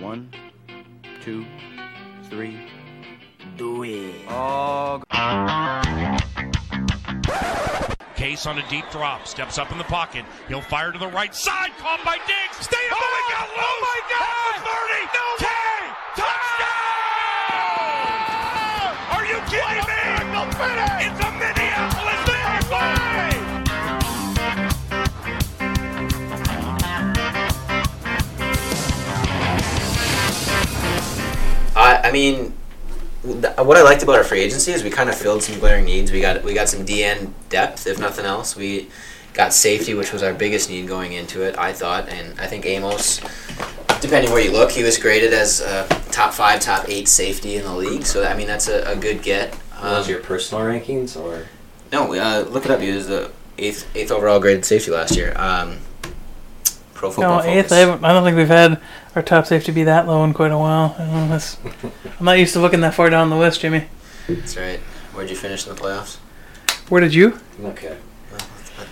One, two, three. Do it. Oh, Case on a deep drop, steps up in the pocket. He'll fire to the right side, caught by Diggs. Stay up! Oh, my God! Oh my God! Thirty. No way! Touchdown! Are you kidding me? It's a Minneapolis miracle! I, I mean, th- what I liked about our free agency is we kind of filled some glaring needs. We got we got some DN depth, if nothing else. We got safety, which was our biggest need going into it, I thought, and I think Amos. Depending where you look, he was graded as uh, top five, top eight safety in the league. So I mean, that's a, a good get. Um, What was your personal rankings or? No, uh, look it up. He was the eighth eighth overall graded safety last year. Um, pro football. No, eighth. Focus. I, haven't, I don't think we've had our top safety be that low in quite a while. I don't know, that's- I'm not used to looking that far down the list, Jimmy. That's right. Where'd you finish in the playoffs? Where did you? Okay.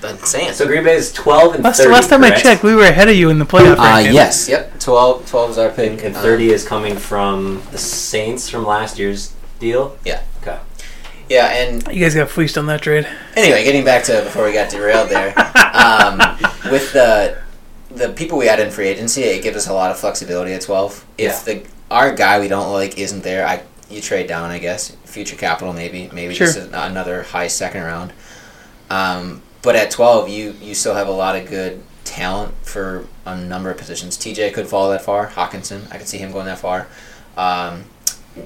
That's insane. So Green Bay is twelve and Last, thirty. last time I correct? checked, we were ahead of you in the playoff. Uh, rankings. yes, yep. 12, 12 is our pick. And Uh, thirty is coming from the Saints from last year's deal. Yeah. Okay. yeah, and You guys got fleeced on that trade. anyway, getting back to before we got derailed there, um, with the the people we had in free agency, it gives us a lot of flexibility at twelve. If the our guy we don't like isn't there, I you trade down, I guess. Future capital, maybe, maybe Sure. just a, another high second round. Um, but at twelve, you you still have a lot of good talent for a number of positions. TJ could fall that far. Hawkinson, I could see him going that far. Um,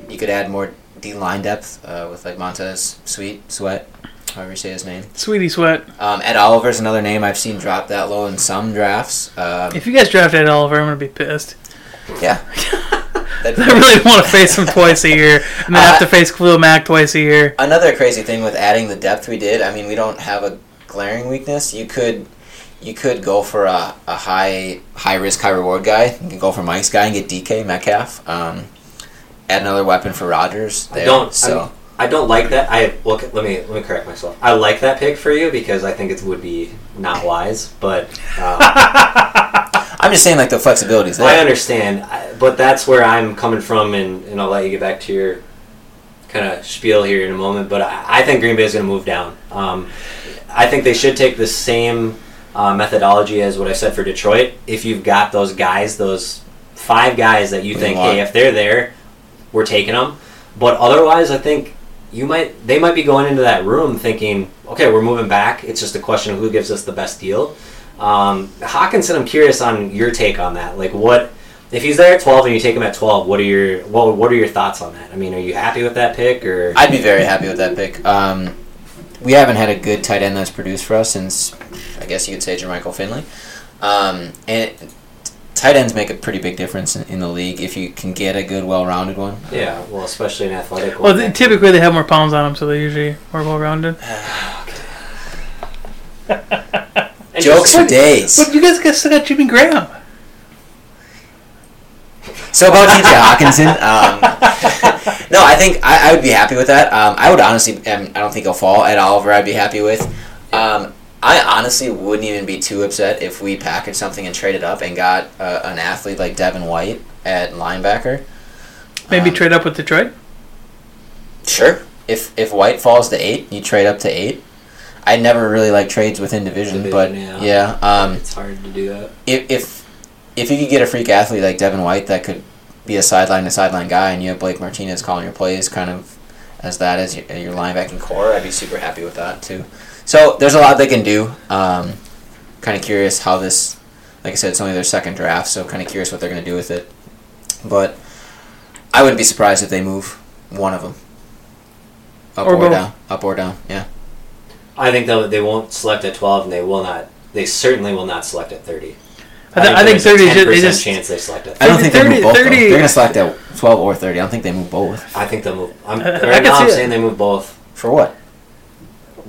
you could add more D line depth uh, with like Montez Sweet Sweat, however you say his name. Sweetie Sweat. Um, Ed Oliver's another name I've seen drop that low in some drafts. Um, If you guys draft Ed Oliver, I'm going to be pissed. yeah, That'd be I really don't want to face him twice a year and then have to Uh, face Khalil Mack twice a year. another crazy thing with adding the depth we did. I mean, we don't have a glaring weakness. You could you could go for a, a high high risk high reward guy. You could go for Mike's guy and get DK Metcalf. Um, add another weapon for Rogers. I There, don't. so. I, I don't like that. I look. Let me let me correct myself. I like that pick for you because I think it would be not wise, but um, I'm just saying, like the flexibilities there. I understand. I, but that's where I'm coming from, and, and I'll let you get back to your kind of spiel here in a moment. But I, I think Green Bay is going to move down. Um, I think they should take the same uh, methodology as what I said for Detroit. If you've got those guys, those five guys that you We think, want. hey, if they're there, we're taking them. But otherwise, I think you might they might be going into that room thinking, okay, we're moving back. It's just a question of who gives us the best deal. Um, Hawkinson, I'm curious on your take on that. Like, what if he's there at 12 and you take him at 12? What are your well, what are your thoughts on that? I mean, are you happy with that pick or? I'd be very happy with that pick. Um, we haven't had a good tight end that's produced for us since, I guess you could say, Jermichael Finley. Um, and tight ends make a pretty big difference in, in the league if you can get a good, well-rounded one. yeah, well, especially an athletic Well, one. they, typically they have more palms on them, so they're usually more well rounded. And Jokes for what- days. But you guys got- still got Jimmy Graham. So about TJ Hawkinson, um, no, I think I, I would be happy with that. Um, I would honestly, um, I don't think he'll fall at Oliver. I'd be happy with. Um, I honestly wouldn't even be too upset if we packaged something and traded up and got uh, an athlete like Devin White at linebacker. Maybe Um, trade up with Detroit. Sure. If if White falls to eight, you trade up to eight. I never really like trades within division, Division, but yeah. Um, It's hard to do that. if, if if you could get a freak athlete like Devin White that could be a sideline to sideline guy, and you have Blake Martinez calling your plays, kind of as that as your, your linebacking core, I'd be super happy with that too. So there's a lot they can do. Um, kind of curious how this, like I said, it's only their second draft, so kind of curious what they're going to do with it. But I wouldn't be surprised if they move one of them. Up Or or, both. down. Up or down, yeah. I think though they won't select at 12, and they will not. They certainly will not select at 30. I, th- I think there's thirty a is just, they 10% just chance they select at. I 30. don't think they 30 move both. though. 30 They're going to select at 12 or 30. I don't think they move both. I think they'll move. I'm, I- I right can now, see I'm it. saying they move both. For what?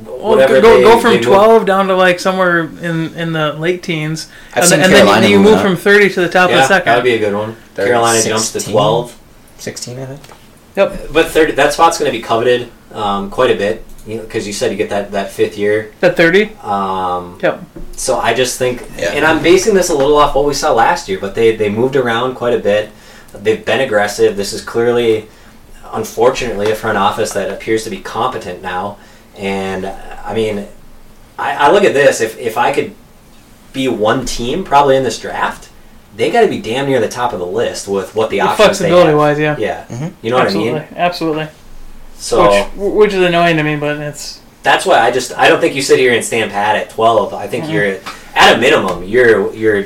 Well, Whatever go, they- go from they move- 12 down to like somewhere in in the late teens, I've and, seen then- and Carolina then you moving move up. from 30 to the top of Yeah, the that would second. be a good one. They're Carolina jumps to 16? 12. 16, I think. yep, But 30, that spot's going to be coveted um, quite a bit because you said you get that, that fifth year. at 30. Um, Yep. So I just think, Yeah. and I'm basing this a little off what we saw last year, but they, they moved around quite a bit. They've been aggressive. This is clearly, unfortunately, a front office that appears to be competent now. And I mean, I, I look at this. If if I could be one team, probably in this draft, they got to be damn near the top of the list with what the, The options they have. flexibility-wise, yeah. Yeah, Mhm. you know what absolutely, I mean. absolutely. So Which, which is annoying to me, but it's that's why I just I don't think you sit here and stand pat at twelve. I Mm-hmm. think you're at a minimum. You're you're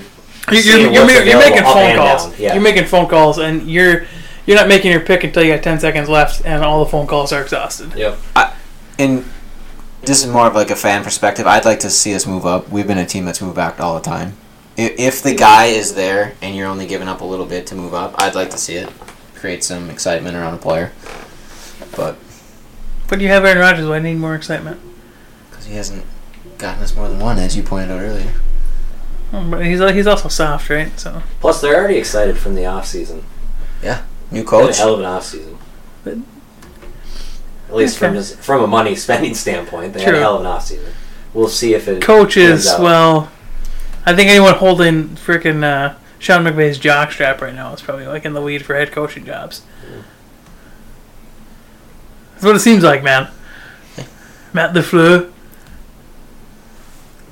you're, seeing you're, what's ma- you're making available up phone and calls. down. Yeah. You're making phone calls, and you're you're not making your pick until you got ten seconds left, and all the phone calls are exhausted. Yep. And this is more of like a fan perspective. I'd like to see us move up. We've been a team that's moved back all the time. I- If the guy is there and you're only giving up a little bit to move up, I'd like to see it. Create some excitement around a player. But But you have Aaron Rodgers. Why need more excitement? because he hasn't gotten us more than one, as you pointed out earlier. Oh, But he's he's also soft, right? So Plus, they're already excited from the off season. New Been a coach. hell of an off season. But- At least from Okay. just, from a money spending standpoint, they had a True. hell of an off season. We'll see if it coaches, turns out. well, I think anyone holding freaking uh, Sean McVay's jockstrap right now is probably like in the lead for head coaching jobs. That's what it seems like, man. Matt Lafleur.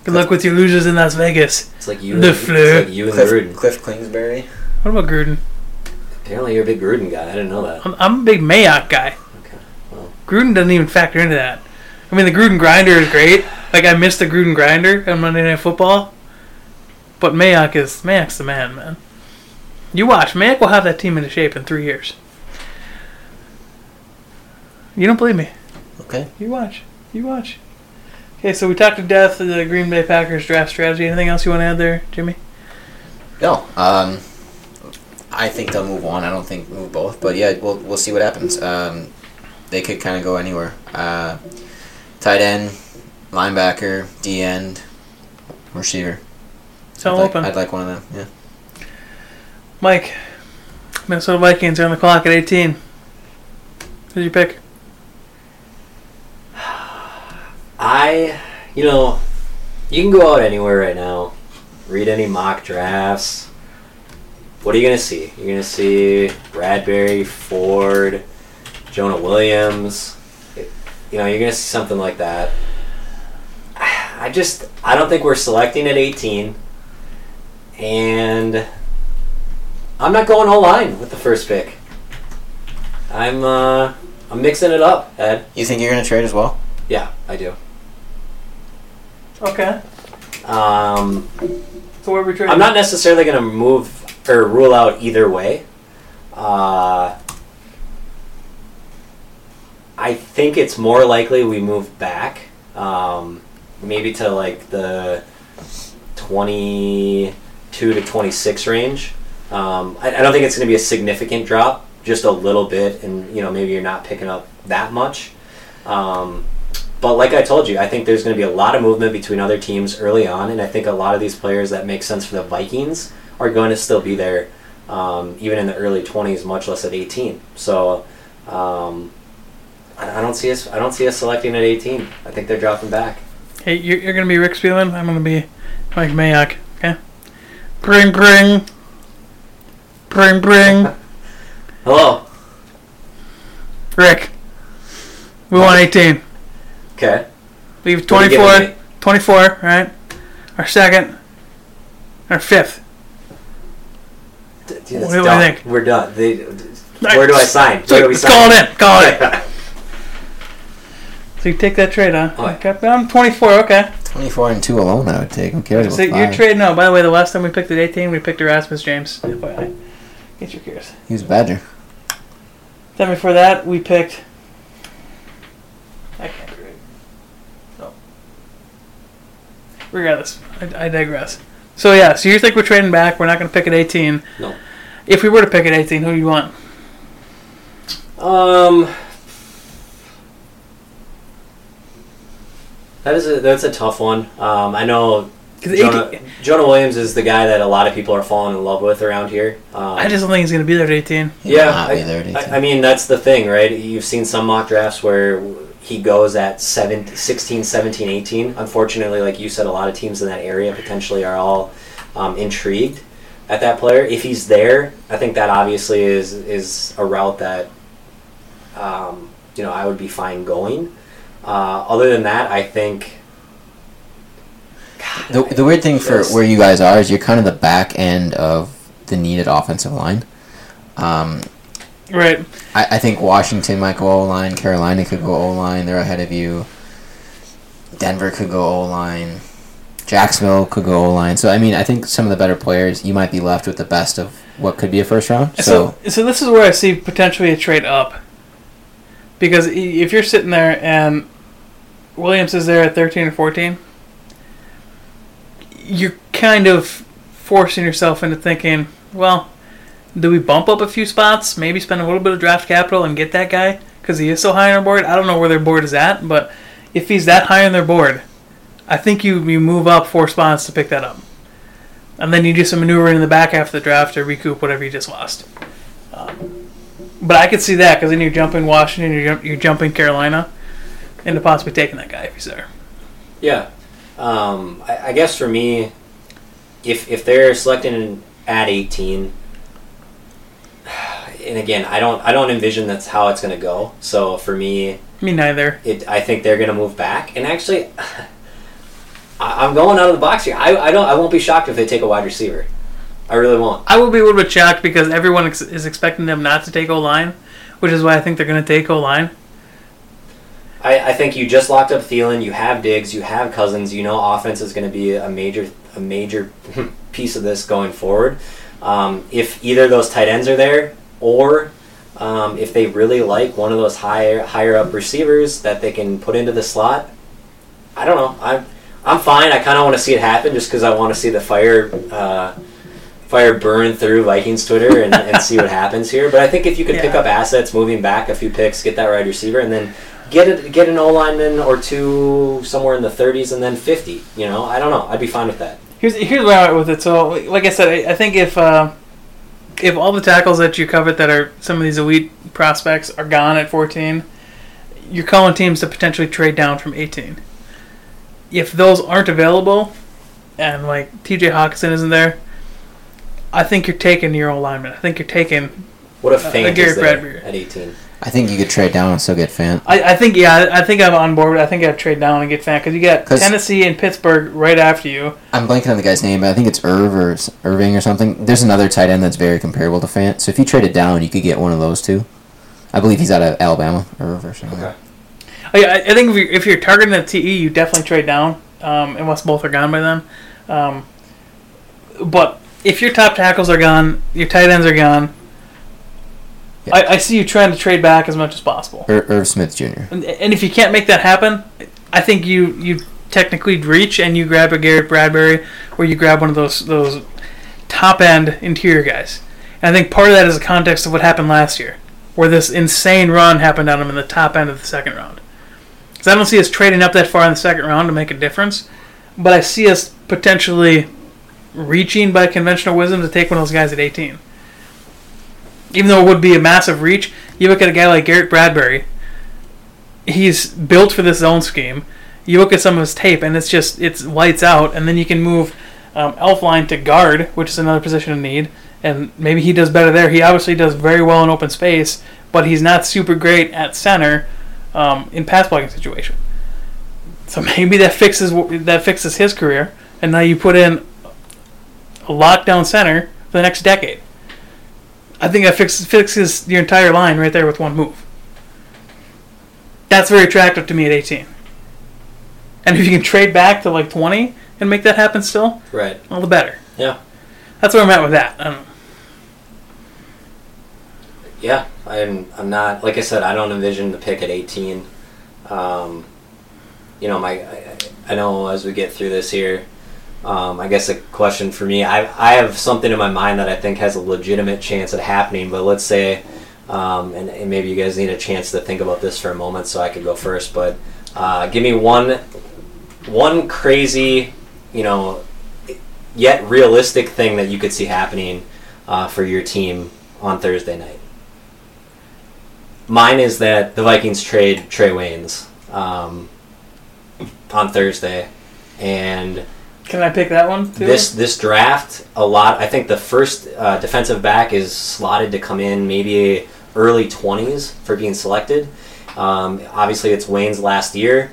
Good luck with your losers in Las Vegas. It's like you. the and, it's flu. like you and Cliff, Gruden. Cliff Kingsbury. What about Gruden? Apparently, you're a big Gruden guy. I didn't know that. I'm, I'm a big Mayock guy. Okay, well. Gruden doesn't even factor into that. I mean, the Gruden grinder is great. Like I missed the Gruden grinder on Monday Night Football, but Mayock is Mayock's the man, man. You watch, Mayock will have that team into shape in three years. You don't believe me? Okay. You watch. You watch. Okay, so we talked to death of the Green Bay Packers draft strategy. Anything else you want to add there, Jimmy? No. Um, I think they'll move on. I don't think move both, but yeah, we'll we'll see what happens. Um, they could kind of go anywhere. Uh, tight end, linebacker, D end, receiver. It's all I'd like, open. I'd like one of them. Mike, Minnesota Vikings are on the clock at 18. Who's your pick? I, you know, you can go out anywhere right now, read any mock drafts. What are you going to see? You're going to see Bradbury, Ford, Jonah Williams. You know, you're going to see something like that. I just, I don't think we're selecting at 18. And I'm not going all line with the first pick. I'm, uh, I'm mixing it up, Ed. Yeah. You think you're gonna trade as well? Yeah, I do. Okay. Um, So where are we trading? I'm not necessarily going to move or rule out either way. Uh, I think it's more likely we move back, um, maybe to like the 22 to 26 range. Um, I, I don't think it's going to be a significant drop, just a little bit, and you know maybe you're not picking up that much. Um, but like I told you, I think there's going to be a lot of movement between other teams early on, and I think a lot of these players that make sense for the Vikings are going to still be there, um, even in the early 20s, much less at 18. So um, I, I don't see us. I don't see us selecting at 18. I think they're dropping back. Hey, you're, you're gonna be Rick Spielman. I'm gonna be Mike Mayock. Okay. Bring, bring, bring, bring. Hello. Rick, we want 18. Okay. We have What are you giving 24, me? 24, right? Our second, our fifth. D- dude, What that's do you dumb. think? We're done. They, where do I sign? Where do we Let's call sign? it in. Call it in. So you take that trade, huh? Oh, yeah. Okay, I'm 24. Okay. Twenty four and two alone, I would take. Who cares? So your trade. No, by the way, the last time we picked at 18, we picked Erasmus James. FYI. Get your gears. He was a Badger. Then before that, we picked. I can't be right. No. Regardless, I, I digress. So yeah, so you think we're trading back? We're not going to pick at eighteen. No. If we were to pick at eighteen, who do you want? Um, that is a that's a tough one. Um, I know 'Cause it- Jonah, Jonah Williams is the guy that a lot of people are falling in love with around here. Um, I just don't think he's going to be there at eighteen. He yeah, will not I, be there at I, I 18. mean that's the thing, right? You've seen some mock drafts where he goes at 17, 16, 17, 18. Unfortunately, like you said, a lot of teams in that area potentially are all um, intrigued. at that player. If he's there, I think that obviously is is a route that um, you know I would be fine going. Uh, other than that, I think. God, The, I- the weird thing for Yes. where you guys are is you're kind of the back end of the needed offensive line. Um, Right. I, I think Washington might go O line. Carolina could go O line. They're ahead of you. Denver could go O line. Jacksonville could go O line. So I mean, I think some of the better players, you might be left with the best of what could be a first round. So So, so this is where I see potentially a trade up. Because i- if you're sitting there and Williams is there at 13 or 14, you're kind of forcing yourself into thinking, well, do we bump up a few spots? Maybe spend a little bit of draft capital and get that guy because he is so high on our board. I don't know where their board is at, but if he's that high on their board, I think you you move up four spots to pick that up, and then you do some maneuvering in the back half of the draft to recoup whatever you just lost. Um, but I could see that because then you're jumping Washington, you're, jump, you're jumping Carolina, into possibly taking that guy if he's there. Yeah, um, I, I guess for me, if if they're selecting at eighteen, and again, I don't I don't envision that's how it's going to go. So for me, Me neither. it I think they're going to move back. And actually, I, I'm going out of the box here. I, I don't I won't be shocked if they take a wide receiver. I really won't. I will be a little bit shocked because everyone ex- is expecting them not to take O line, which is why I think they're going to take O line. I, I think you just locked up Thielen. You have Diggs. You have Cousins. You know offense is going to be a major a major piece of this going forward. Um, if either of those tight ends are there, or um, if they really like one of those higher higher up receivers that they can put into the slot, I don't know. I'm I'm fine. I kind of want to see it happen just because I want to see the fire. Uh, Fire burn through Vikings Twitter and, and see what happens here. But I think if you could pick Yeah. up assets, moving back a few picks, get that wide receiver, and then get a, get an O lineman or two somewhere in the 30s and then 50. You know, I don't know. I'd be fine with that. Here's here's where I'm at with it. So, like I said, I, I think if uh, if all the tackles that you covet that are some of these elite prospects are gone at 14, you're calling teams to potentially trade down from 18. If those aren't available, and like T.J. Hawkinson isn't there, I think you're taking your own lineman. I think you're taking. What a Uh, feint Garrett is there Bradbury. at 18. I think you could trade down and still get Fant. I, I think yeah. I I think I'm on board. I think I'd trade down and get Fan because you got 'Cause- Tennessee and Pittsburgh right after you. I'm blanking on the guy's name, but I think it's Irv or s- Irving or something. There's another tight end that's very comparable to Fant. So if you trade it down, you could get one of those two. I believe he's out of Alabama, Irv or something. Okay. Oh, I, I- I think if you're, if you're targeting the TE, you definitely trade down, um, unless both are gone by then. Um, but if your top tackles are gone, your tight ends are gone. Yeah. I, I see you trying to trade back as much as possible, Ir- Irv Smith Jr. and, and if you can't make that happen, I think you you technically reach and you grab a Garrett Bradbury, or you grab one of those those top end interior guys. And I think part of that is the context of what happened last year, where this insane run happened on him in the top end of the second round. Because I don't see us trading up that far in the second round to make a difference, but I see us potentially reaching by conventional wisdom to take one of those guys at 18. Even though it would be a massive reach, you look at a guy like Garrett Bradbury. He's built for this zone scheme. You look at some of his tape, and it's just it's lights out. And then you can move um, Elf line to guard, which is another position of need. And maybe he does better there. He obviously does very well in open space, but he's not super great at center um, in pass blocking situation. So maybe that fixes that fixes his career, and now you put in a lockdown center for the next decade. I think that fixes fixes your entire line right there with one move. That's very attractive to me at 18. And if you can trade back to like 20 and make that happen still, Right. all the better. Yeah. That's where I'm at with that. I don't know. Yeah. I'm, I'm not, like I said, I don't envision the pick at 18. Um, you know, my, I, I know as we get through this here, um, I guess a question for me, I, I have something in my mind that I think has a legitimate chance at happening, but let's say, um, and, and maybe you guys need a chance to think about this for a moment so I could go first, but uh, give me one, one crazy, you know, yet realistic thing that you could see happening uh, for your team on Thursday night. Mine is that the Vikings trade Trey Waynes um, on Thursday, and Can I pick that one too? This this draft a lot. I think the first uh, defensive back is slotted to come in maybe early twenties for being selected. Um, obviously, it's Wayne's last year.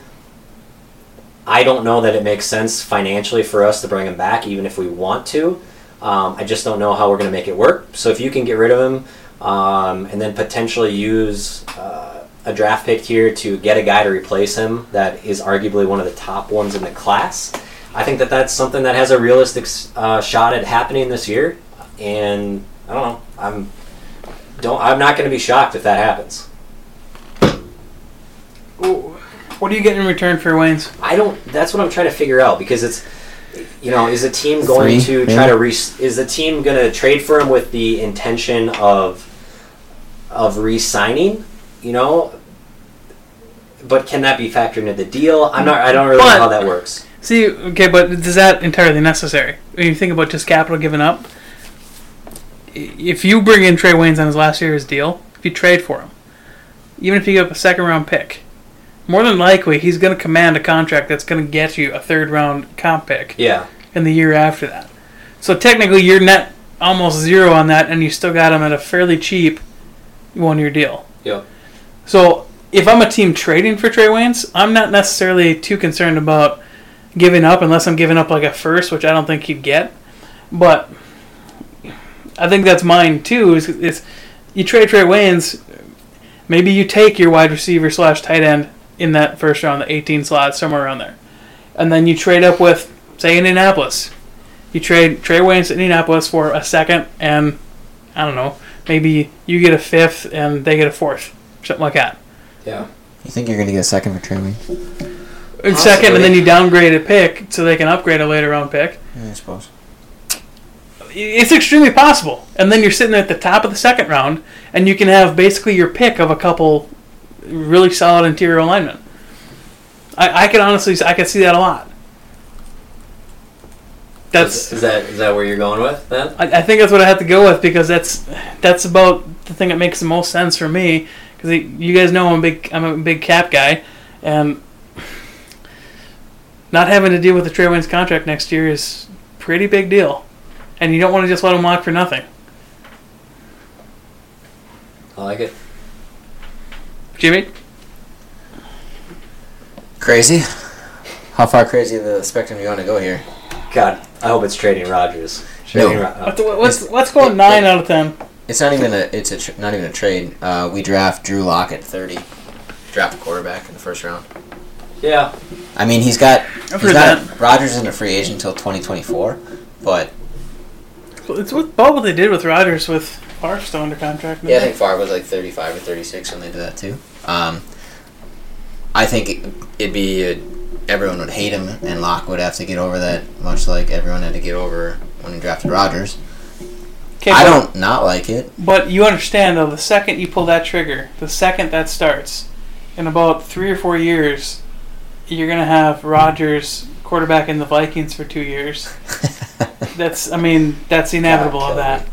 I don't know that it makes sense financially for us to bring him back, even if we want to. Um, I just don't know how we're going to make it work. So if you can get rid of him um, and then potentially use uh, a draft pick here to get a guy to replace him that is arguably one of the top ones in the class, I think that that's something that has a realistic uh, shot at happening this year. And I don't know. I'm don't. I'm not going to be shocked if that happens. Ooh. What do you get in return for Wayne's? I don't. That's what I'm trying to figure out because it's, you know, is the team going Three, to try maybe? to re- is the team going to trade for him with the intention of, of re-signing, you know. But can that be factored into the deal? I'm not. I don't really But- know how that works. See, okay, but is that entirely necessary? When you think about just capital given up, i- if you bring in Trey Wayne's on his last year's deal, if you trade for him, even if you give up a second round pick, more than likely he's going to command a contract that's going to get you a third round comp pick Yeah. in the year after that. So technically, you're net almost zero on that, and you still got him at a fairly cheap one year deal. Yeah. So if I'm a team trading for Trey Wayne's, I'm not necessarily too concerned about giving up unless I'm giving up like a first, which I don't think he'd get. But I think that's mine too. Is, is you trade Trey Wayne's, maybe you take your wide receiver slash tight end in that first round, the 18 slot, somewhere around there, and then you trade up with say Indianapolis. You trade Trey Wayne's to Indianapolis for a second and I don't know, maybe you get a fifth and they get a fourth, something like that. Yeah. You think you're gonna get a second for Trey Wayne? And second, and then you downgrade a pick so they can upgrade a later round pick. Yeah, I suppose. It's extremely possible. And then you're sitting at the top of the second round, and you can have basically your pick of a couple really solid interior alignment. I, I could honestly, I could see that a lot. That's Is, is that is that where you're going with then? I, I think that's what I have to go with because that's that's about the thing that makes the most sense for me. Because you guys know I'm a big I'm a big cap guy, and not having to deal with the Trey Wayne's contract next year is pretty big deal, and you don't want to just let him walk for nothing. I like it. Jimmy, Crazy. How far crazy of the spectrum you want to go here? God, I hope it's trading Rogers. No. oh. what's what's what's going nine out of ten? It's not even a. It's a. Tr- not even a trade. Uh, we draft Drew Lock at thirty. Draft a quarterback in the first round. Yeah. I mean, he's got. I've he's heard not, Rogers isn't a free agent until twenty twenty four, but It's what about what they did with Rodgers with Favre still under contract. yeah, I think Favre was like thirty five or thirty six when they did that too. Um, I think it, it'd be a, everyone would hate him, and Locke would have to get over that, much like everyone had to get over when he drafted Rogers. Okay, I but- don't not like it. But you understand, though, the second you pull that trigger, the second that starts, in about three or four years, you're gonna have Rodgers quarterback in the Vikings for two years. That's, I mean, that's inevitable of that.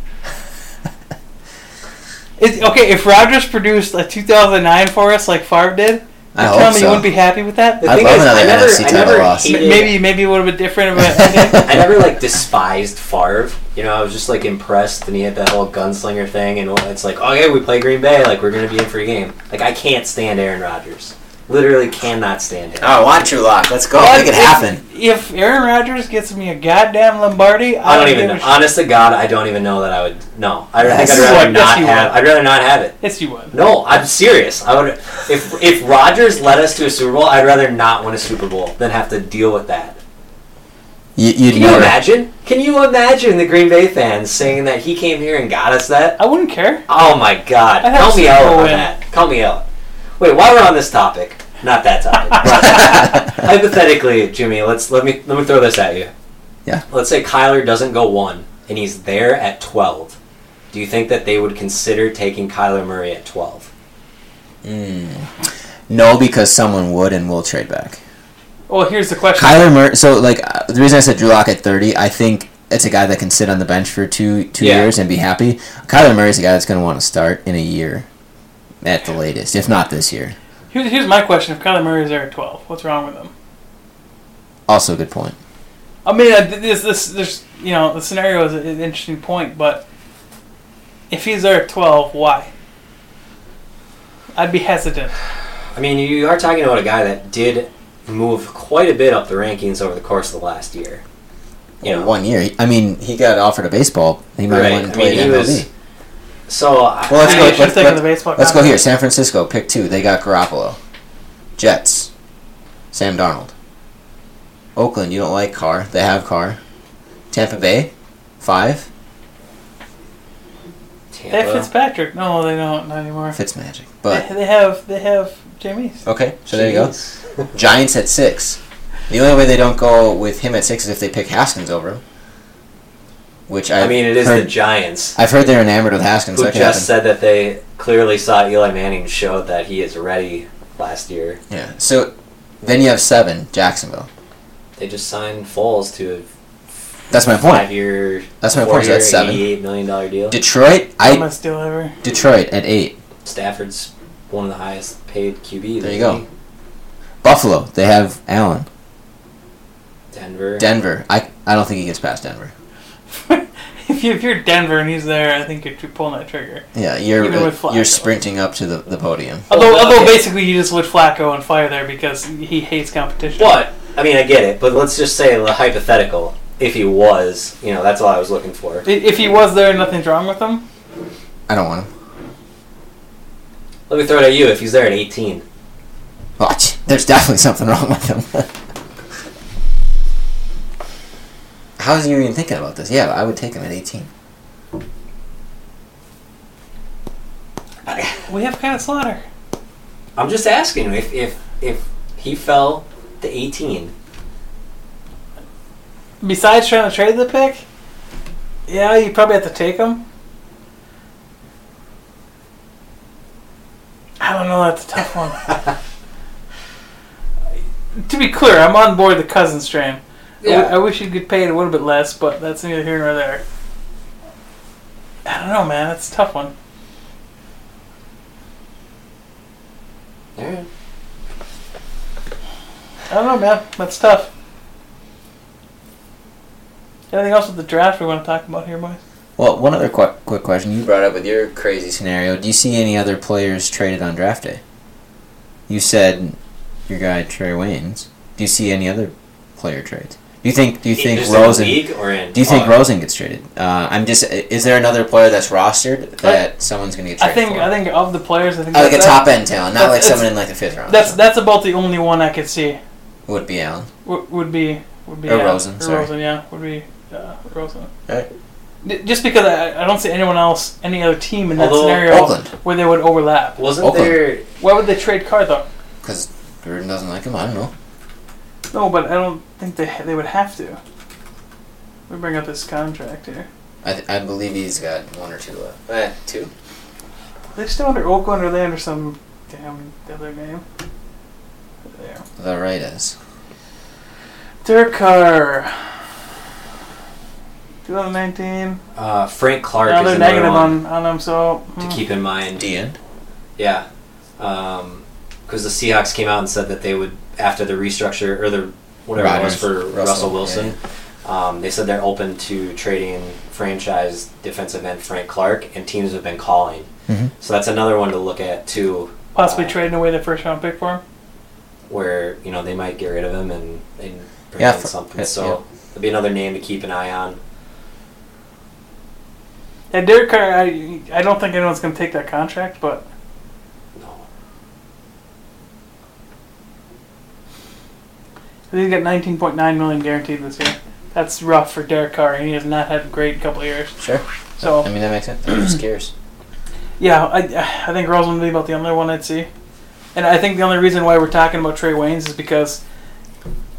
It, okay, if Rodgers produced a 2009 for us like Favre did, I you hope tell me so. you wouldn't be happy with that. The I'd thing love is, another I never, NFC I title never loss. M- hated- Maybe maybe it would have been different of a ending. I never like despised Favre. You know, I was just like impressed, and he had that whole gunslinger thing, and it's like, oh yeah, we play Green Bay, like we're gonna be in for a game. Like I can't stand Aaron Rodgers. Literally cannot stand him. I want Drew Lock. Let's go. But Make it if- happen. If Aaron Rodgers gets me a goddamn Lombardi, I don't give even. a Know. sh- Honest to God, I don't even know that I would. No, I Yes. think I'd Yes, rather you not would. have. I'd rather not have it. Yes, you would. No, I'm serious. I would. If if Rodgers led us to a Super Bowl, I'd rather not win a Super Bowl than have to deal with that. You, you'd Can you imagine? Can you imagine the Green Bay fans saying that he came here and got us that? I wouldn't care. Oh my god. I have Call me Super out Bowl on win. that. Call me out. Wait, while we're on this topic, not that topic. but hypothetically, Jimmy, let's let me let me throw this at you. Yeah. Let's say Kyler doesn't go one and he's there at twelve. Do you think that they would consider taking Kyler Murray at twelve? No, because someone would and will trade back. Well, here's the question. Kyler Murray. So, like, uh, the reason I said Drew Lock at 30, I think it's a guy that can sit on the bench for two two Yeah. years and be happy. Kyler Murray's a guy that's going to want to start in a year at the latest, if not this year. Here's, here's my question: If Kyler Murray is there at twelve, what's wrong with him? Also, a good point. I mean, I- this this there's you know the scenario is an interesting point, but if he's there at twelve, why? I'd be hesitant. I mean, you are talking about a guy that did move quite a bit up the rankings over the course of the last year. You know, One year. I mean, he got offered a baseball. He might have right? went and I mean, played he MLB. was. So I- Well, let's go. I mean, you Let's, should take let's- the baseball let's go conference. here. San Francisco, pick two. They got Garoppolo. Jets, Sam Darnold. Oakland, you don't like Carr. They have Carr. Tampa Bay, five. They have Tampa. Fitzpatrick. No, they don't not anymore. Fitz magic, They, but they have they have Jamie's. okay. So there you go. Jeez. Giants at six. The only way they don't go with him at six is if they pick Haskins over him. Which I've I mean, it is heard, the Giants I've heard they're enamored with Haskins. who that just could happen. said that they clearly saw Eli Manning showed that he is ready last year. Yeah. So then you have seven. Jacksonville. They just signed Foles to That's my a point. five-year, That's my point. So four-year, that's seven. eighty-eight million dollar deal. Detroit. I'm a I steal ever. Detroit at eight. Stafford's one of the highest paid QBs. There you isn't go. Buffalo, they have Allen. he? Denver. Denver, I, I don't think he gets past Denver. if, you, if you're Denver and he's there, I think you're tr- pulling that trigger. Yeah, you're Even with Flacco. you're sprinting up to the, the podium. Although, Well, although okay. basically you just lit Flacco on fire there because he hates competition. But I mean, I get it. But let's just say the hypothetical. If he was, you know, that's all I was looking for. I- If he was there, nothing's wrong with him. I don't want him. Let me throw it at you. If he's there at 18, Watch, there's definitely something wrong with him. How's you even thinking about this? Yeah, I would take him at 18. We have Kyle Slaughter. I'm just asking if if if he fell to 18. Besides trying to trade the pick, yeah, you probably have to take him. I don't know. That's a tough one. to be clear, I'm on board the Cousins train. I w- I wish he'd get paid a little bit less, but that's neither here nor there. I don't know, man. That's a tough one. Alright. I don't know, man. That's tough. Anything else with the draft we want to talk about here, boys? Well, one other qu- quick question you brought up with your crazy scenario. Do you see any other players traded on draft day? You said your guy Trey Wayne's. Do you see any other player trades? Do you think? Do you think Just in the Rosen? league or in? Do you think Oh. uh, Rosen gets traded? Uh, I'm just. Is there another player that's rostered that someone's going to get I traded? think for? I think of the players, I think Oh, like a that's- top end talent, not that's- like it's- someone in like the fifth round. That's that's about the only one I could see would be Allen. w- would be would be Or Oh, yeah, Rosen, or sorry. Rosen, yeah, would be uh, Rosen. Right. D- Just because I, I don't see anyone else, any other team in that Although scenario Oakland. where they would overlap. Wasn't Oakland. there? Why would they trade Carr though? Because Gruden doesn't like him. I don't know. No, but I don't think they they would have to. We bring up his contract here. I, th- I believe he's got one or two left. Eh, two. Are they still under Oakland or are they under some damn other name? There. The right is. Derek Carr. 2019. Uh, Frank Clark Now is they're another negative one on, on him, so. to hmm. keep in mind. D end. Yeah, because the Seahawks came out and said that they would after the restructure or the whatever Rodgers, it was for Russell, Russell, Wilson. Um, they said they're open to trading franchise defensive end Frank Clark, and teams have been calling. Mhm. So that's another one to look at too, Possibly Uh, trading away the first round pick for him. where you know they might get rid of him and, and bring Yeah, in for- something. yeah, so it'll be another name to keep an eye on. Yeah, Derek Carr, I, I don't think anyone's going to take that contract, but No. he's got 19.9 million guaranteed this year. That's rough for Derek Carr. He has not had a great couple of years. Sure. So I mean that makes sense. I'm just curious. Yeah, I, I think Rosen would be about the only one I'd see. And I think the only reason why we're talking about Trey Waynes is because,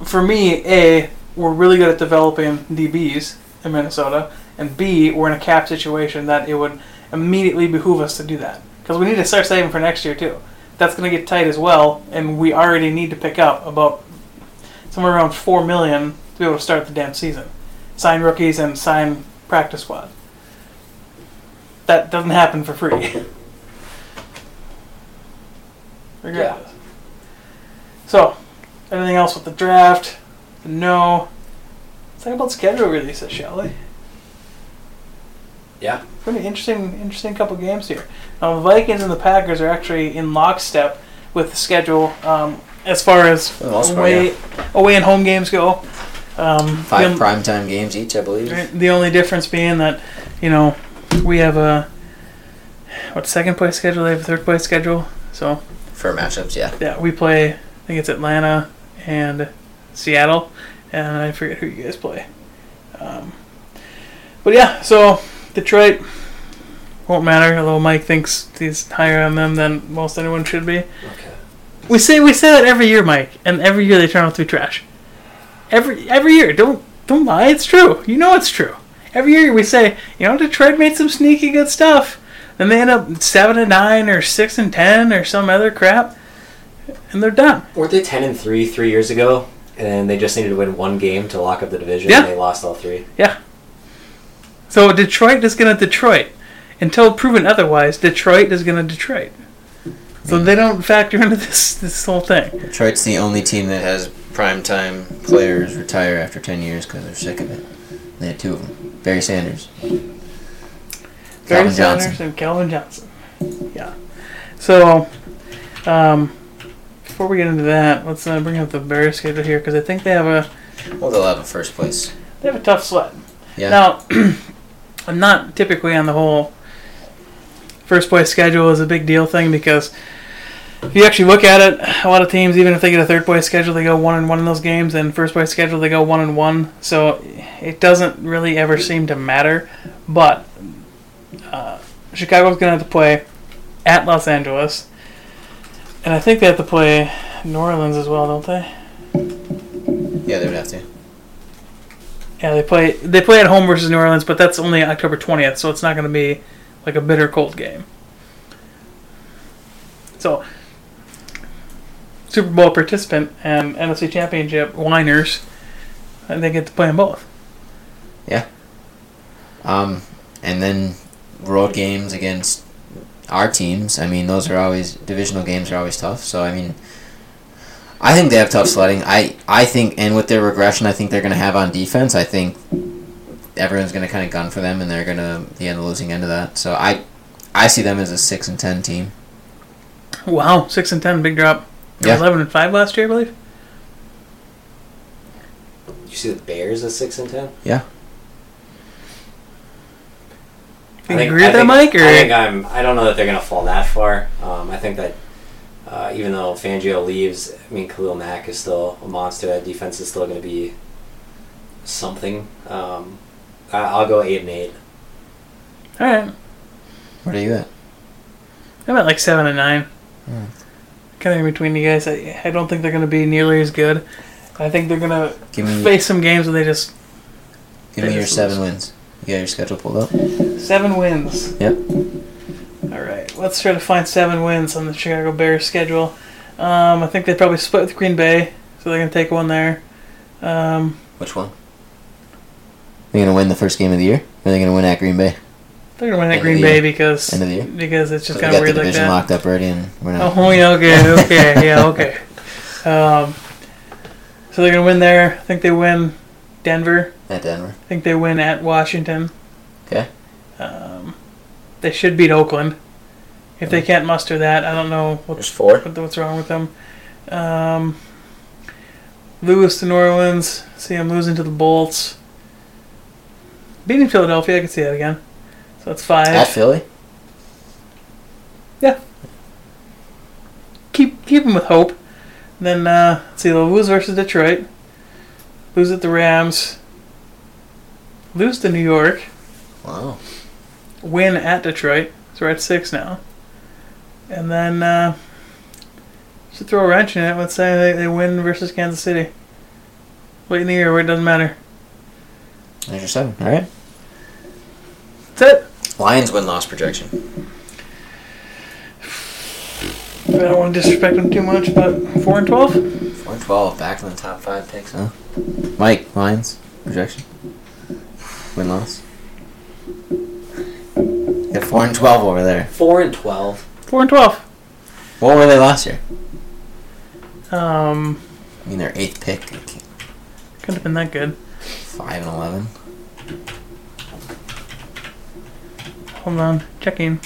for me, A, we're really good at developing DBs in Minnesota, and B, we're in a cap situation that it would immediately behoove us to do that. Because we need to start saving for next year, too. That's going to get tight as well, and we already need to pick up about somewhere around $4 million to be able to start the damn season. Sign rookies and sign practice squad. That doesn't happen for free. Regardless. So, anything else with the draft? No. Let's talk about schedule releases, shall we? Yeah. Pretty interesting, interesting couple games here. Um, the Vikings and the Packers are actually in lockstep with the schedule um, as far as the most part, away, away and home games go. Um, the Five on- primetime games each, I believe. Right, The only difference being that, you know, we have a what second place schedule. They have a third place schedule. So For matchups, yeah. yeah, we play. I think it's Atlanta and Seattle, and I forget who you guys play. Um, but yeah, so Detroit won't matter. Although Mike thinks he's higher on them than most anyone should be. Okay. We say we say that every year, Mike, and every year they turn out to be trash. Every every year, don't don't lie. It's true. You know it's true. Every year we say, you know, Detroit made some sneaky good stuff, then they end up seven and nine or six and ten or some other crap, and they're done. Weren't they ten and three three years ago, and they just needed to win one game to lock up the division? Yeah. and They lost all three. Yeah. So Detroit is gonna Detroit until proven otherwise. Detroit is gonna Detroit. So they don't factor into this this whole thing. Detroit's the only team that has primetime players retire after 10 years because they're sick of it. They had two of them Barry Sanders. Barry Calvin Johnson. Sanders and Calvin Johnson. Yeah. So, um, before we get into that, let's uh, bring up the Bears schedule here because I think they have a Well, they'll have a first place. they have a tough sled. Yeah. Now, I'm not typically on the whole first place schedule is a big deal thing because if you actually look at it, a lot of teams, even if they get a third place schedule, they go one and one in those games, and first place schedule they go one and one. So it doesn't really ever seem to matter. But uh, Chicago's gonna have to play at Los Angeles, and I think they have to play New Orleans as well, don't they? Yeah, they would have to. Yeah, they play they play at home versus New Orleans, but that's only October twentieth, so it's not going to be like a bitter cold game. So, Super Bowl participant um, and NFC Championship winners, and they get to play them both. Um, and then road games against our teams. I mean, those are always divisional games are always tough. So I mean, I think they have tough sledding. I I think, and with their regression, I think they're going to have on defense. I think everyone's going to kind of gun for them, and they're going to be on the losing end of that. So I I see them as a six and ten team. Wow, six and ten, big drop. They were Yeah. eleven and five last year, I believe. You see the Bears at six and ten. Yeah. Do you agree with that, Mike? Or I think I'm. I don't know that they're going to fall that far. Um, I think that uh, even though Fangio leaves, I mean Khalil Mack is still a monster. That defense is still going to be something. Um, I, I'll go eight and eight. all right, Where are you at? I'm at like seven and nine. Hmm. Kind of in between you guys. I, I don't think they're going to be nearly as good. I think they're going to Give me face some games where they just give me your Vegas seven wins. You got your schedule pulled up. Seven wins. Yep. All right. Let's try to find seven wins on the Chicago Bears schedule. Um, I think they probably split with Green Bay, so they're gonna take one there. Um, Which one? They're going to win the first game of the year. Or are they going to win at Green Bay? they're gonna win End at of Green the Bay year. because End of the year. because it's just We kind of got the weird like division that. locked up already, and we're not. Oh yeah. Okay. Okay. yeah. Okay. Um, so they're gonna win there. I think they win Denver. At Denver. I think they win at Washington. Okay. Um, they should beat Oakland. If they can't muster that, I don't know what four. what, what's wrong with them. Um, Lewis to New Orleans. See them losing to the Bolts. Beating Philadelphia, I can see that again. So that's five. At Philly. keep keep them with hope. Then uh, let's see, they'll lose versus Detroit. Lose at the Rams. Lose to New York. Wow. Win at Detroit. So we're at six now. And then uh, should throw a wrench in it. Let's say they, they win versus Kansas City. Late in the year, where it doesn't matter. There's your seven. All right. That's it. Lions win loss projection. I don't want to disrespect them too much, but four and twelve. Four and twelve. Back in the top five picks. Huh? Mike Lions projection. Win loss. Got four and twelve over there. Four and twelve. Four and twelve. What were they last year? Um, I mean, their eighth pick. couldn't have been that good. Five and eleven. Hold on, checking.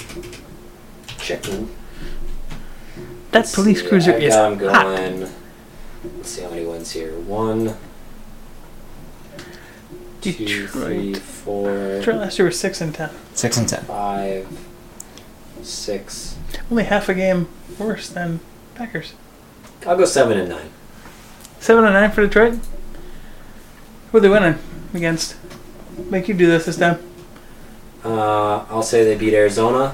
Chicken. That Let's police see, cruiser I've is got 'em hot. going. Let's see how many wins here. One, two, three, Detroit. four, Detroit last year was six and ten. Six and ten. five, six. Only half a game worse than Packers. I'll go seven and nine. Seven and nine for Detroit. Who are they winning against? Make you do this this time. Uh, I'll say they beat Arizona.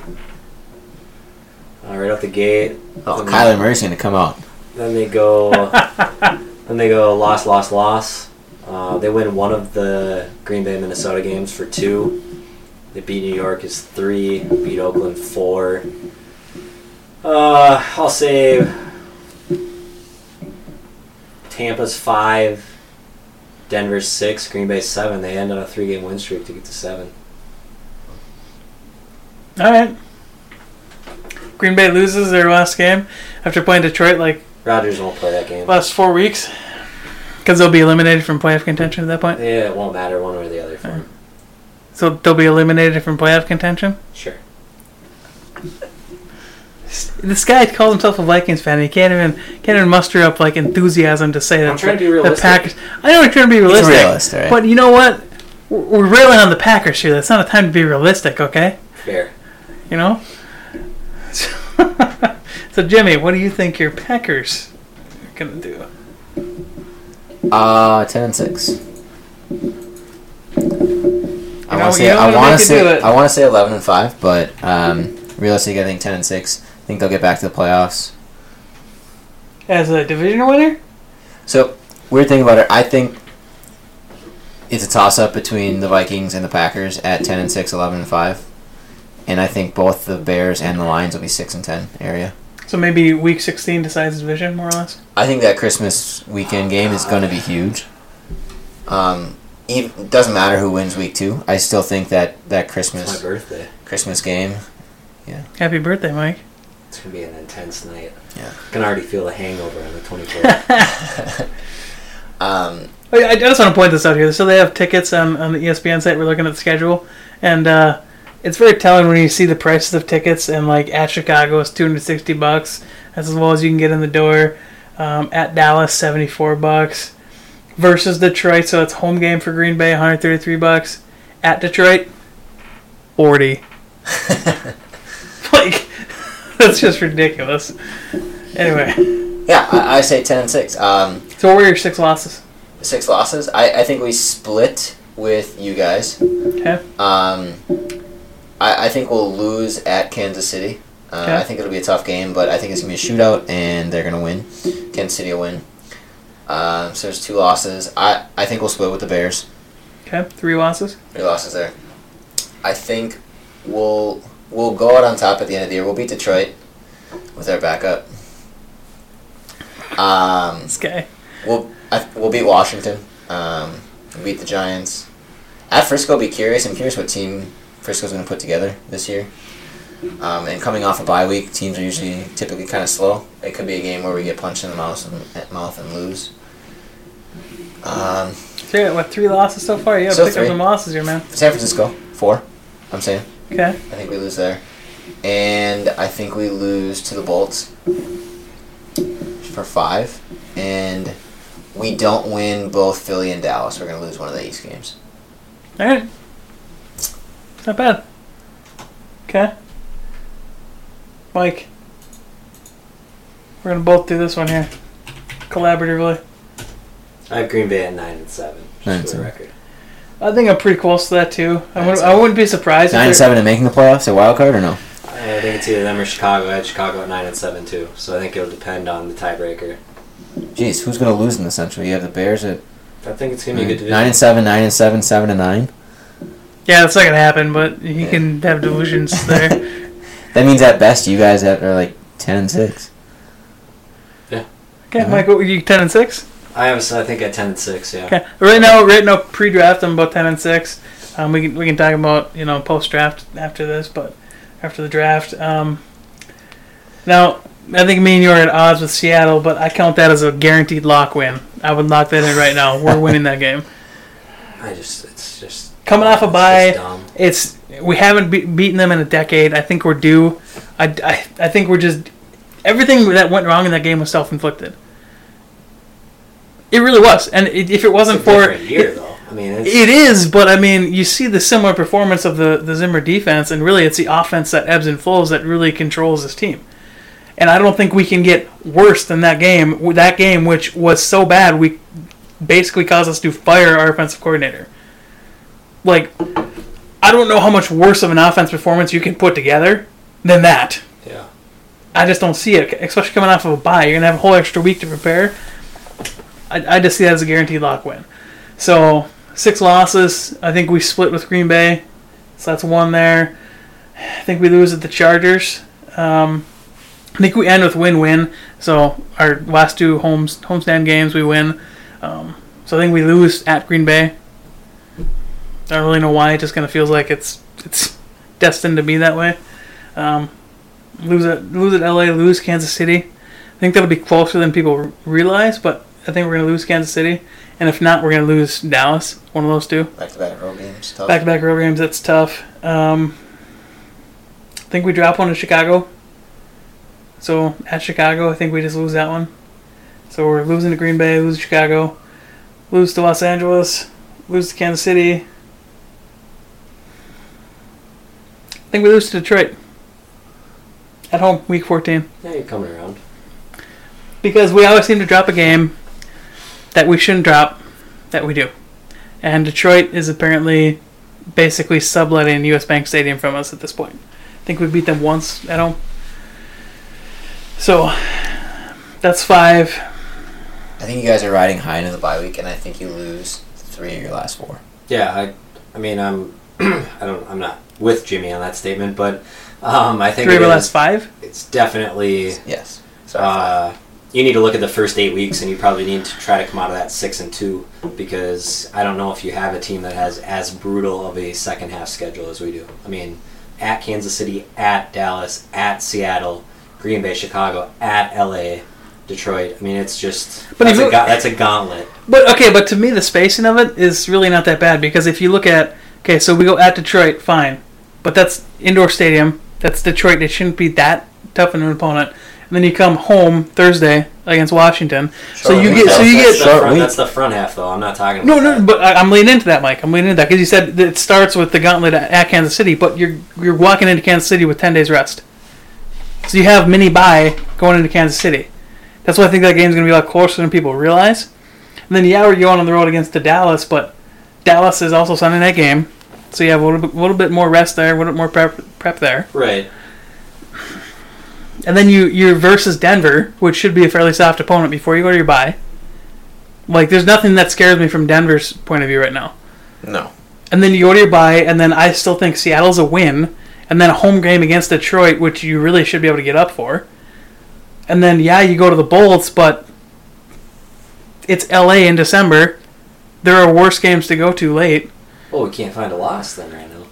Uh, right off the gate. Oh, Then- Kyler Murray's gonna come out. Then they go. then they go loss, loss, loss. Uh, they win one of the Green Bay Minnesota games for two. They beat New York is three. Beat Oakland four. Uh, I'll say Tampa's five. Denver's six. Green Bay seven. They end on a three-game win streak to get to seven. All right. Green Bay loses their last game after playing Detroit like Rodgers won't play that game. last four weeks because they'll be eliminated from playoff contention at that point. yeah, it won't matter one way or the other for him. So they'll be eliminated from playoff contention. Sure. This guy calls himself a Vikings fan. And he can't even can't even muster up like enthusiasm to say that. I'm trying to be the realistic. Packers. I know you're trying to be He's a realistic, realist, all right? but you know what? We're we're railing on the Packers here. That's not a time to be realistic, okay? Fair. You know. so Jimmy, what do you think your Packers are gonna do? Uh, ten and six. I know- want to say you know I what want make to you do say it? I want to say eleven and five, but um, realistically, I think ten and six. I think they'll get back to the playoffs. As a division winner, So weird thing about it, I think it's a toss up between the Vikings and the Packers at ten and 6, 11 and five, and I think both the Bears and the Lions will be six and ten area. so maybe Week 16 decides division more or less. I think that Christmas weekend game is going to be huge. Um, even, doesn't matter who wins week two. I still think that that It's my Christmas birthday. Christmas game. Happy birthday, Mike. It's gonna be an intense night. Yeah. Can already feel the hangover on the 24th. Um, I, I just want to point this out here. So they have tickets on, on the E ESPN site. We're looking at the schedule, and uh, it's very telling when you see the prices of tickets. And like at Chicago, it's two hundred sixty bucks. That's as low as you can get in the door. Um, at Dallas, seventy four bucks. Versus Detroit, so it's home game for Green Bay, one hundred thirty three bucks. At Detroit, forty. like that's just ridiculous. Anyway, yeah, I, I say ten and six. Um, so what were your six losses? six losses. I, I think we split with you guys. Okay. Um, I, I think we'll lose at Kansas City. Uh, Okay. I think it'll be a tough game, but I think it's gonna be a shootout, and they're gonna win. Kansas City will win. Um, so there's two losses. I, I think we'll split with the Bears. Okay, three losses. Three losses there. I think we'll we'll go out on top at the end of the year. We'll beat Detroit with our backup. Um, This guy. we'll I, th- we'll beat Washington. Um, we'll beat the Giants. At Frisco, be curious. I'm curious what team Frisco's going to put together this year. Um, and coming off a bye week, teams are usually typically kind of slow. It could be a game where we get punched in the mouth and, at mouth and lose. Um, Three, what three losses so far? Yeah, So pick three. up some losses here, man. San Francisco, four. I'm saying. Okay. I think we lose there. And I think we lose to the Bolts for five. And we don't win both Philly and Dallas. We're going to lose one of the East games. All right. Not bad. Okay. Mike, we're gonna both do this one here, collaboratively. I have Green Bay at nine and seven. Just Nine nine and for the seven. record. I think I'm pretty close to that too. I Nine wouldn't, I seven. wouldn't be surprised. Nine and if they're- seven and making the playoffs, a wild card or no? Uh, I think it's either them or Chicago. I had Chicago at nine and seven too. So I think it'll depend on the tiebreaker. Jeez, who's going to lose in the Central? You have the Bears at I think it's gonna be a nine, good division. nine and seven, nine and seven, seven and nine. Yeah, that's not gonna happen. But you can have delusions there. That means at best you guys have, are like ten and six. Okay, Uh-huh. Mike, what were you ten and six? I have us, I think at ten and six. Yeah. Okay. Right now, right now, pre-draft, I'm about ten and six. Um, we can we can talk about you know post-draft after this, but after the draft. Um, now, I think me and you are at odds with Seattle, but I count that as a guaranteed lock win. I would lock that in right now. We're winning that game. I just it's just Coming off a it's bye. just dumb. It's we haven't be- beaten them in a decade. I think we're due. I, I, I think we're just everything that went wrong in that game was self inflicted. It really was, and it, if it wasn't It's a for different year though. I mean, it's, It is, but I mean, you see the similar performance of the, the Zimmer defense, and really it's the offense that ebbs and flows that really controls this team. And I don't think we can get worse than that game. with That game, which was so bad, we basically caused us to fire our offensive coordinator. Like, I don't know how much worse of an offense performance you can put together than that. yeah. I just don't see it, especially coming off of a bye. You're gonna have a whole extra week to prepare. I, I just see that as a guaranteed lock win. So six losses. I think we split with Green Bay, so that's one there. I think we lose at the Chargers. Um, I think we end with win-win. So our last two home homestand games we win. Um, so I think we lose at Green Bay. I don't really know why. It just kind of feels like it's it's destined to be that way. Um, lose at lose at LA, lose Kansas City. I think that'll be closer than people r- realize, but I think we're gonna lose Kansas City, and if not, we're gonna lose Dallas. One of those two Back to back road games. Tough. back to back road games. That's tough. Um, I think we drop one to Chicago. So at Chicago, I think we just lose that one. So we're losing to Green Bay, lose to Chicago, lose to Los Angeles, lose to Kansas City. I think we lose to Detroit at home, week 14 Yeah, you're coming around. because we always seem to drop a game that we shouldn't drop that we do and detroit is apparently basically subletting us bank stadium from us at this point i think we beat them once at home so that's five I think you guys are riding high into the bye week, and I think you lose three of your last four. Yeah, I, I mean, I'm, I don't, I'm not with Jimmy on that statement, but um, I think three of it our is- last five It's definitely. Yes. Sorry. Uh, you need to look at the first eight weeks, and you probably need to try to come out of that six and two because I don't know if you have a team that has as brutal of a second half schedule as we do. I mean, at Kansas City, at Dallas, at Seattle, Green Bay, Chicago, at LA, Detroit. I mean, it's just But that's, if a, you- ga- that's a gauntlet. but okay but to me the spacing of it is really not that bad because if you look at okay so we go at detroit fine but that's indoor stadium that's detroit it shouldn't be that tough of an opponent and then you come home thursday against washington so Sure, you we get so know. you that's, get the Short front, week. that's the front half, though. I'm not talking. No, about no, that. but I, I'm leaning into that, Mike. I'm leaning into that because you said that it starts with the gauntlet at, at Kansas City, but you're you're walking into Kansas City with ten days rest, so you have mini bye going into Kansas City. That's why I think that game's going to be a lot closer than people realize. And then yeah, we're going on the road against the Dallas, but Dallas is also Sunday night game, so you have a little bit, little bit more rest there, a little bit more prep prep there. right. And then you you're versus Denver, which should be a fairly soft opponent before you go to your bye. Like there's nothing that scares me from Denver's point of view right now. no. And then you go to your bye, and then I still think Seattle's a win, and then a home game against Detroit, which you really should be able to get up for. And then yeah, you go to the Bolts, but it's LA in December. There are worse games to go to late. Well, we can't find a loss then right now.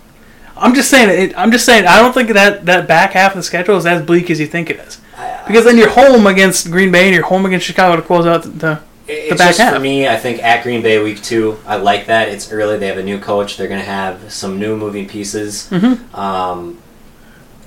I'm just saying. It, I'm just saying. I don't think that that back half of the schedule is as bleak as you think it is. Because then you're home against Green Bay and you're home against Chicago to close out the. It's the back just half. for me. I think at Green Bay week two, I like that. It's early. They have a new coach. They're going to have some new moving Hmm. pieces. Um,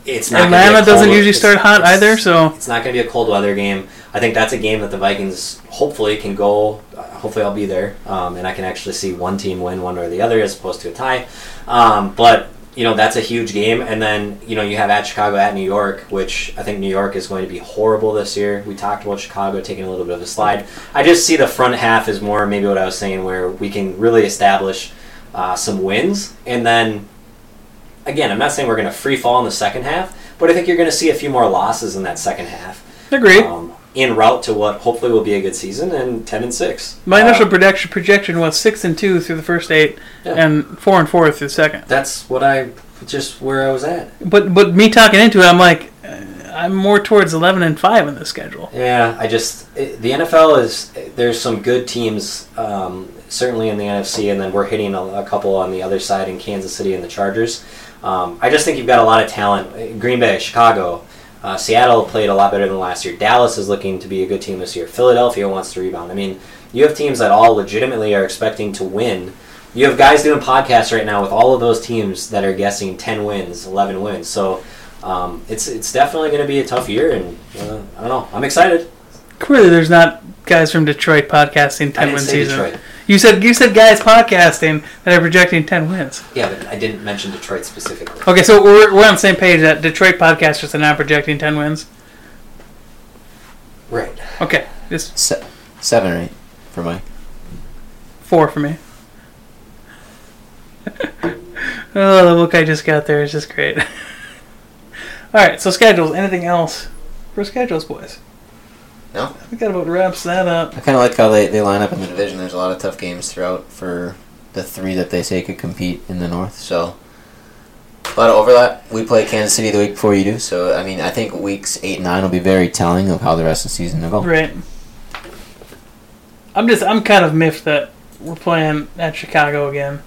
it's not gonna be a Atlanta cold- doesn't usually it's- start hot it's- either, so- it's not going to be a cold weather game. I think that's a game that the Vikings hopefully can go. uh, Hopefully, I'll be there, um, and I can actually see one team win one or the other as opposed to a tie. Um, but you know that's a huge game, and then you know you have at Chicago, at New York, which I think New York is going to be horrible this year. We talked about Chicago taking a little bit of a slide. I just see the front half is more maybe what I was saying, where we can really establish uh, some wins, and then again, I'm not saying we're going to free fall in the second half, but I think you're going to see a few more losses in that second half. Agree. Um, in route to what hopefully will be a good season and 10 and 6. My Uh, initial projection projection was six and two through the first eight, Yeah. and four and four through the second. that's what I just where I was at. But but me talking into it, I'm like, uh, I'm more towards eleven and five in this schedule. Yeah, I just it, the NFL is there's some good teams um, certainly in the NFC, and then we're hitting a, a couple on the other side in Kansas City and the Chargers. Um, I just think you've got a lot of talent. Green Bay, Chicago, uh, Seattle played a lot better than last year. Dallas is looking to be a good team this year. Philadelphia wants to rebound. I mean, you have teams that all legitimately are expecting to win You have guys doing podcasts right now with all of those teams that are guessing ten wins, eleven wins. So um, it's it's definitely going to be a tough year, and uh, I don't know. I'm excited. Clearly, there's not guys from Detroit podcasting I ten didn't win say season. Detroit. You said you said guys podcasting that are projecting ten wins. Yeah, but I didn't mention Detroit specifically. Okay, so we're, we're on the same page that Detroit podcasters are not projecting ten wins. Right. Okay, just Se- seven, right? For Mike. four for me. oh, the look I just got there is just great. All right, so schedules. Anything else for schedules, boys? No. We got about wraps that up. I kind of like how they, they line up in the division. There's a lot of tough games throughout for the three that they say could compete in the North. So a lot of overlap. We play Kansas City the week before you do. So I mean, I think weeks eight and nine will be very telling of how the rest of the season will go. Right. I'm just I'm kind of miffed that we're playing at Chicago again.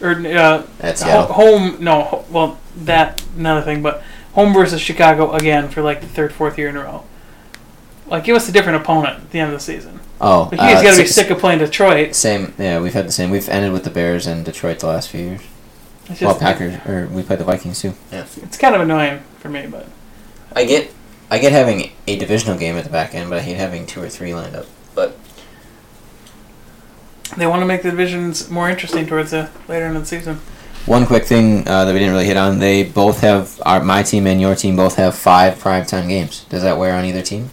Or uh, That's Ho- Seattle. Home, no, ho- well, that another thing, but home versus Chicago again for like the third, fourth year in a row. Like, give us a different opponent at the end of the season. Oh, Like, you guys uh, got to be s- sick of playing Detroit. Same. Yeah, we've had the same. We've ended with the Bears and Detroit the last few years. It's Well, just, Packers or we played the Vikings too. it's kind of annoying for me, but I get, I get having a divisional game at the back end, but I hate having two or three lined up. But they want to make the divisions more interesting towards the later in the season. One quick thing uh, that we didn't really hit on: they both have our my team and your team both have five primetime games. Does that wear on either team?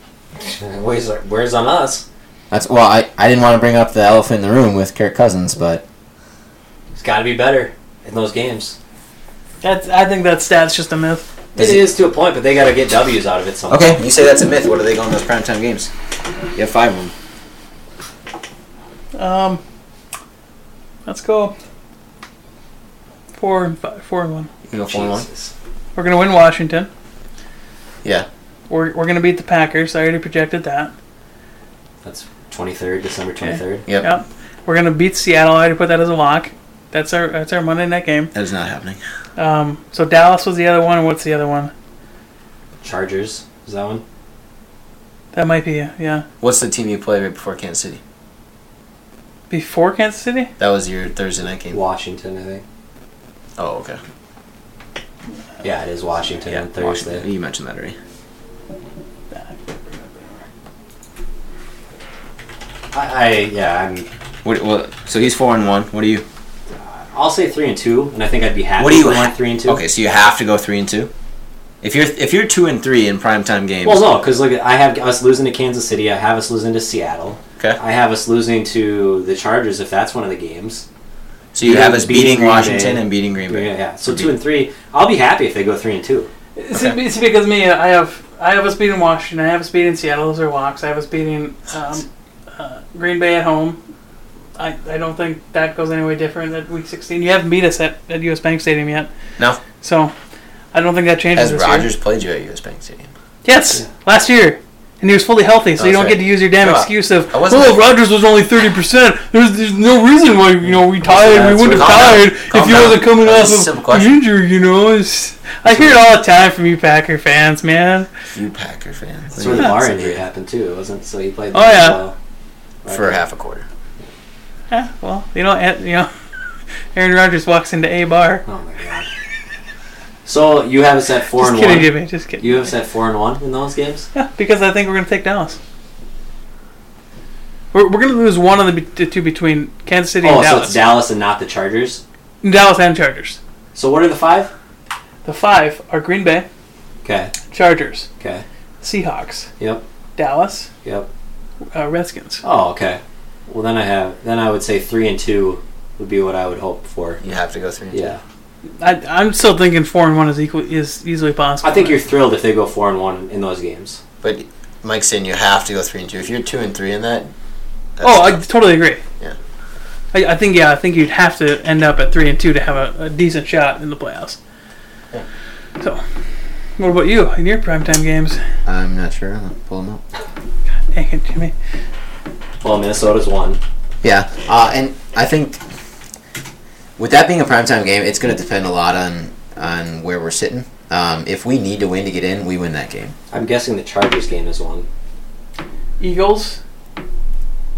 Where's where's on us? That's well, I, I didn't want to bring up the elephant in the room with Kirk Cousins, but It's got to be better in those games. That's I think that stat's just a myth. It is to a point, but they got to get W's out of it somehow. okay, you say that's a myth. What are they going those primetime games? You have five of them. Um, let's go four and five, four and one. You can go four and one. Jesus. We're gonna win Washington. Yeah, We're, we're gonna beat the Packers. I already projected that. That's 23rd, December 23rd. yep. Yep. We're gonna beat Seattle. I already put that as a lock. That's our that's our Monday night game. That is not happening. Um, so Dallas was the other one. What's the other one? Chargers is that one? That might be yeah. What's the team you played right before Kansas City? Before Kansas City, That was your Thursday night game. Washington, I think. Oh, okay. Yeah, it is Washington on Thursday. You mentioned that already. I, I yeah, I'm. What, well, so he's four and one. What are you? I'll say three and two, and I think I'd be happy. What do you if I want? went Three and two. Okay, so you have to go three and two. If you're if you're two and three in primetime games, Well, no, because look, I have us losing to Kansas City. I have us losing to Seattle. Okay. I have us losing to the Chargers if that's one of the games. so you Yeah, have us beating beating Green Washington Bay. and beating Green Yeah, Bay. yeah. So two and three, I'll be happy if they go three and two. it's, it's because me. I have I have us beating Washington. I have us beating Seattle. Those are locks. I have us beating um, uh, Green Bay at home. I, I don't think that goes any way different at week 16. You haven't beat us at, at US Bank Stadium yet, No, so I don't think that changes. as this year. Rogers played you at US Bank Stadium. Yes, last year. And he was fully healthy, so you That's right. don't get to use your damn No, excuse of, I wasn't- oh, Rogers was only 30%. There's, there's no reason why, you know, we Yeah, tied. that's We wouldn't have what- Calm down. tied Calm if you down. wasn't coming That was off a of simple an question. injury, you know. It's, I hear it all the time from you Packer fans, man. You Packer fans. That's where the Lamar injury happened too, wasn't? it? So he played. Oh, yeah. for half a quarter. Eh, well, you know, eh, you know, Aaron Rodgers walks into a bar. Oh my god. So you have us at four Just and kidding, one. Jimmy. Just kidding. You have us at four and one in those games. Yeah, because I think we're going to take Dallas. We're, we're going to lose one of the, be- the two between Kansas City Oh, and so Dallas. it's Dallas and not the Chargers. Dallas and Chargers. So what are the five? The five are Green Bay, Okay. Chargers, Okay. Seahawks, Yep. Dallas, Yep. uh, Redskins. Oh, okay. Well, then I have. Then I would say three and two would be what I would hope for. You have to go three. And Yeah. I, I'm still thinking four and one is equal is easily possible. I think you're thrilled if they go four and one in those games. two. but Mike's saying you have to go three and two. If you're two and three in that, that's Oh, I tough. totally agree. Yeah. I, I think yeah, I think you'd have to end up at three and two to have a, a decent shot in the playoffs. So, what about you in your primetime games? I'm not sure. I'll pull them up. Dang it, Jimmy. Well, Minnesota's one. Yeah, uh, and I think with that being a primetime game, it's going to depend a lot on on where we're sitting. Um, if we need to win to get in, we win that game I'm guessing the Chargers game is one. Eagles,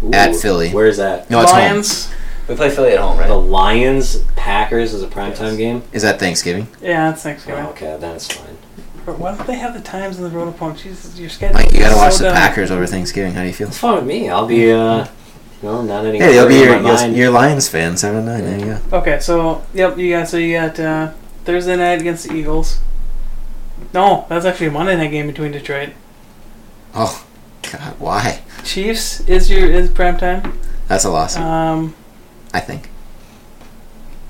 Ooh, At Philly. Where is that? No, it's home. Lions, We play Philly at home, The Lions Packers is a primetime Yes. game. Is that Thanksgiving? Yeah, that's next Oh, year. okay, then it's fine. But Why don't they have the times in the Rotopunk? Jesus, your schedule. Mike, is you gotta so watch the dumb. Packers over Thanksgiving. How do you feel? It's fine with me. I'll be uh, you know, not any. Hey, they'll be in your, my your, mind. your Lions fan, seven and nine. There you go. Okay, so yep, you got so you got uh, Thursday night against the Eagles. No, that's actually a Monday night game between Detroit Oh, God, why? Chiefs is your is prime time. That's a loss. Um, I think.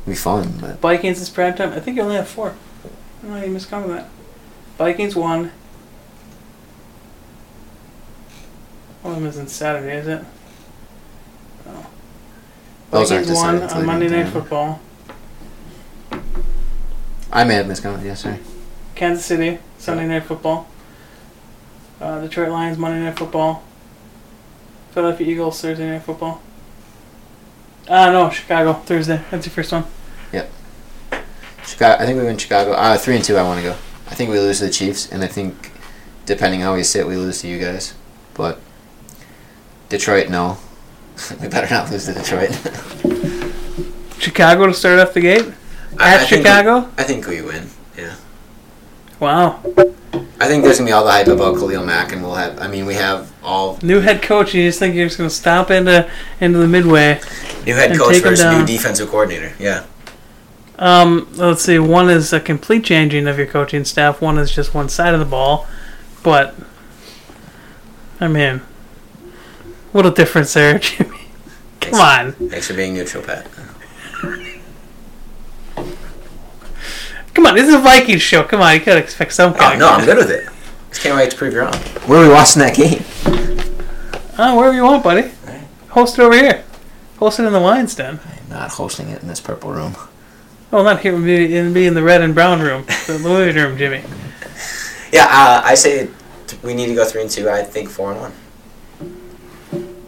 Be fun, but Vikings is prime time. I think you only have four. I don't know you missed count on that. Vikings one. One of them isn't Saturday, is it? No. Those aren't Vikings one decided till on Monday later in Night time. Football. I may have miscounted. Yeah, sorry. Kansas City Sunday Night Football. Uh, Detroit Lions Monday Night Football. Philadelphia Eagles Thursday Night Football. Ah no, Chicago Thursday. That's your first one. Chicago. I think we win Chicago. Uh, three and two. I want to go. I think we lose to the Chiefs, and I think depending how we sit, we lose to you guys. But Detroit, no. we better not lose to Detroit. Chicago to start off the gate. At Chicago? I think we win. Yeah. Wow, I think there's gonna be all the hype about Khalil Mack, and we'll have. I mean, we have all new head coach. You just think you're just gonna stomp into into the midway. new head And coach take him versus down. new defensive coordinator. Yeah. Um, let's see. One is a complete changing of your coaching staff. One is just one side of the ball. But I mean, what a difference there, Jimmy. Come on. Thanks for being neutral, Pat. Come on, this is a Vikings show. Come on, you gotta expect some Oh kind. no, I'm good with it. Just can't wait to prove you wrong. Where are we watching that game? Oh, wherever you want, buddy. Host it over here. Host it in the wine's den. Not hosting it in this purple room. Oh, not here. It'd be, it'd be in the red and brown room, the living room, Jimmy. Yeah, uh, I say t- we need to go three and two. I think four and one.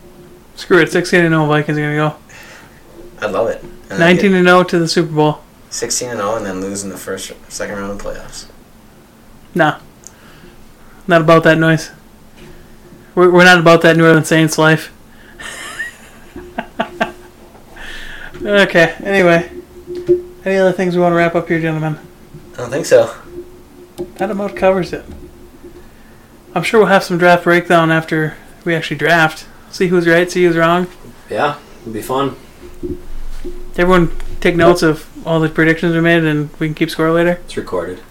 Screw it. Sixteen and zero Vikings are gonna go. I'd love it. And then Nineteen get and zero to the Super Bowl. sixteen and zero, and then lose in the first second round of playoffs. Nah. Not about that noise. We're, we're not about that New Orleans Saints life. okay, anyway. Any other things we want to wrap up here, gentlemen? I don't think so. That about covers it. I'm sure we'll have some draft breakdown after we actually draft. See who's right, see who's wrong. Yeah, it'll be fun. Everyone take notes of all the predictions we made and we can keep score later. It's recorded.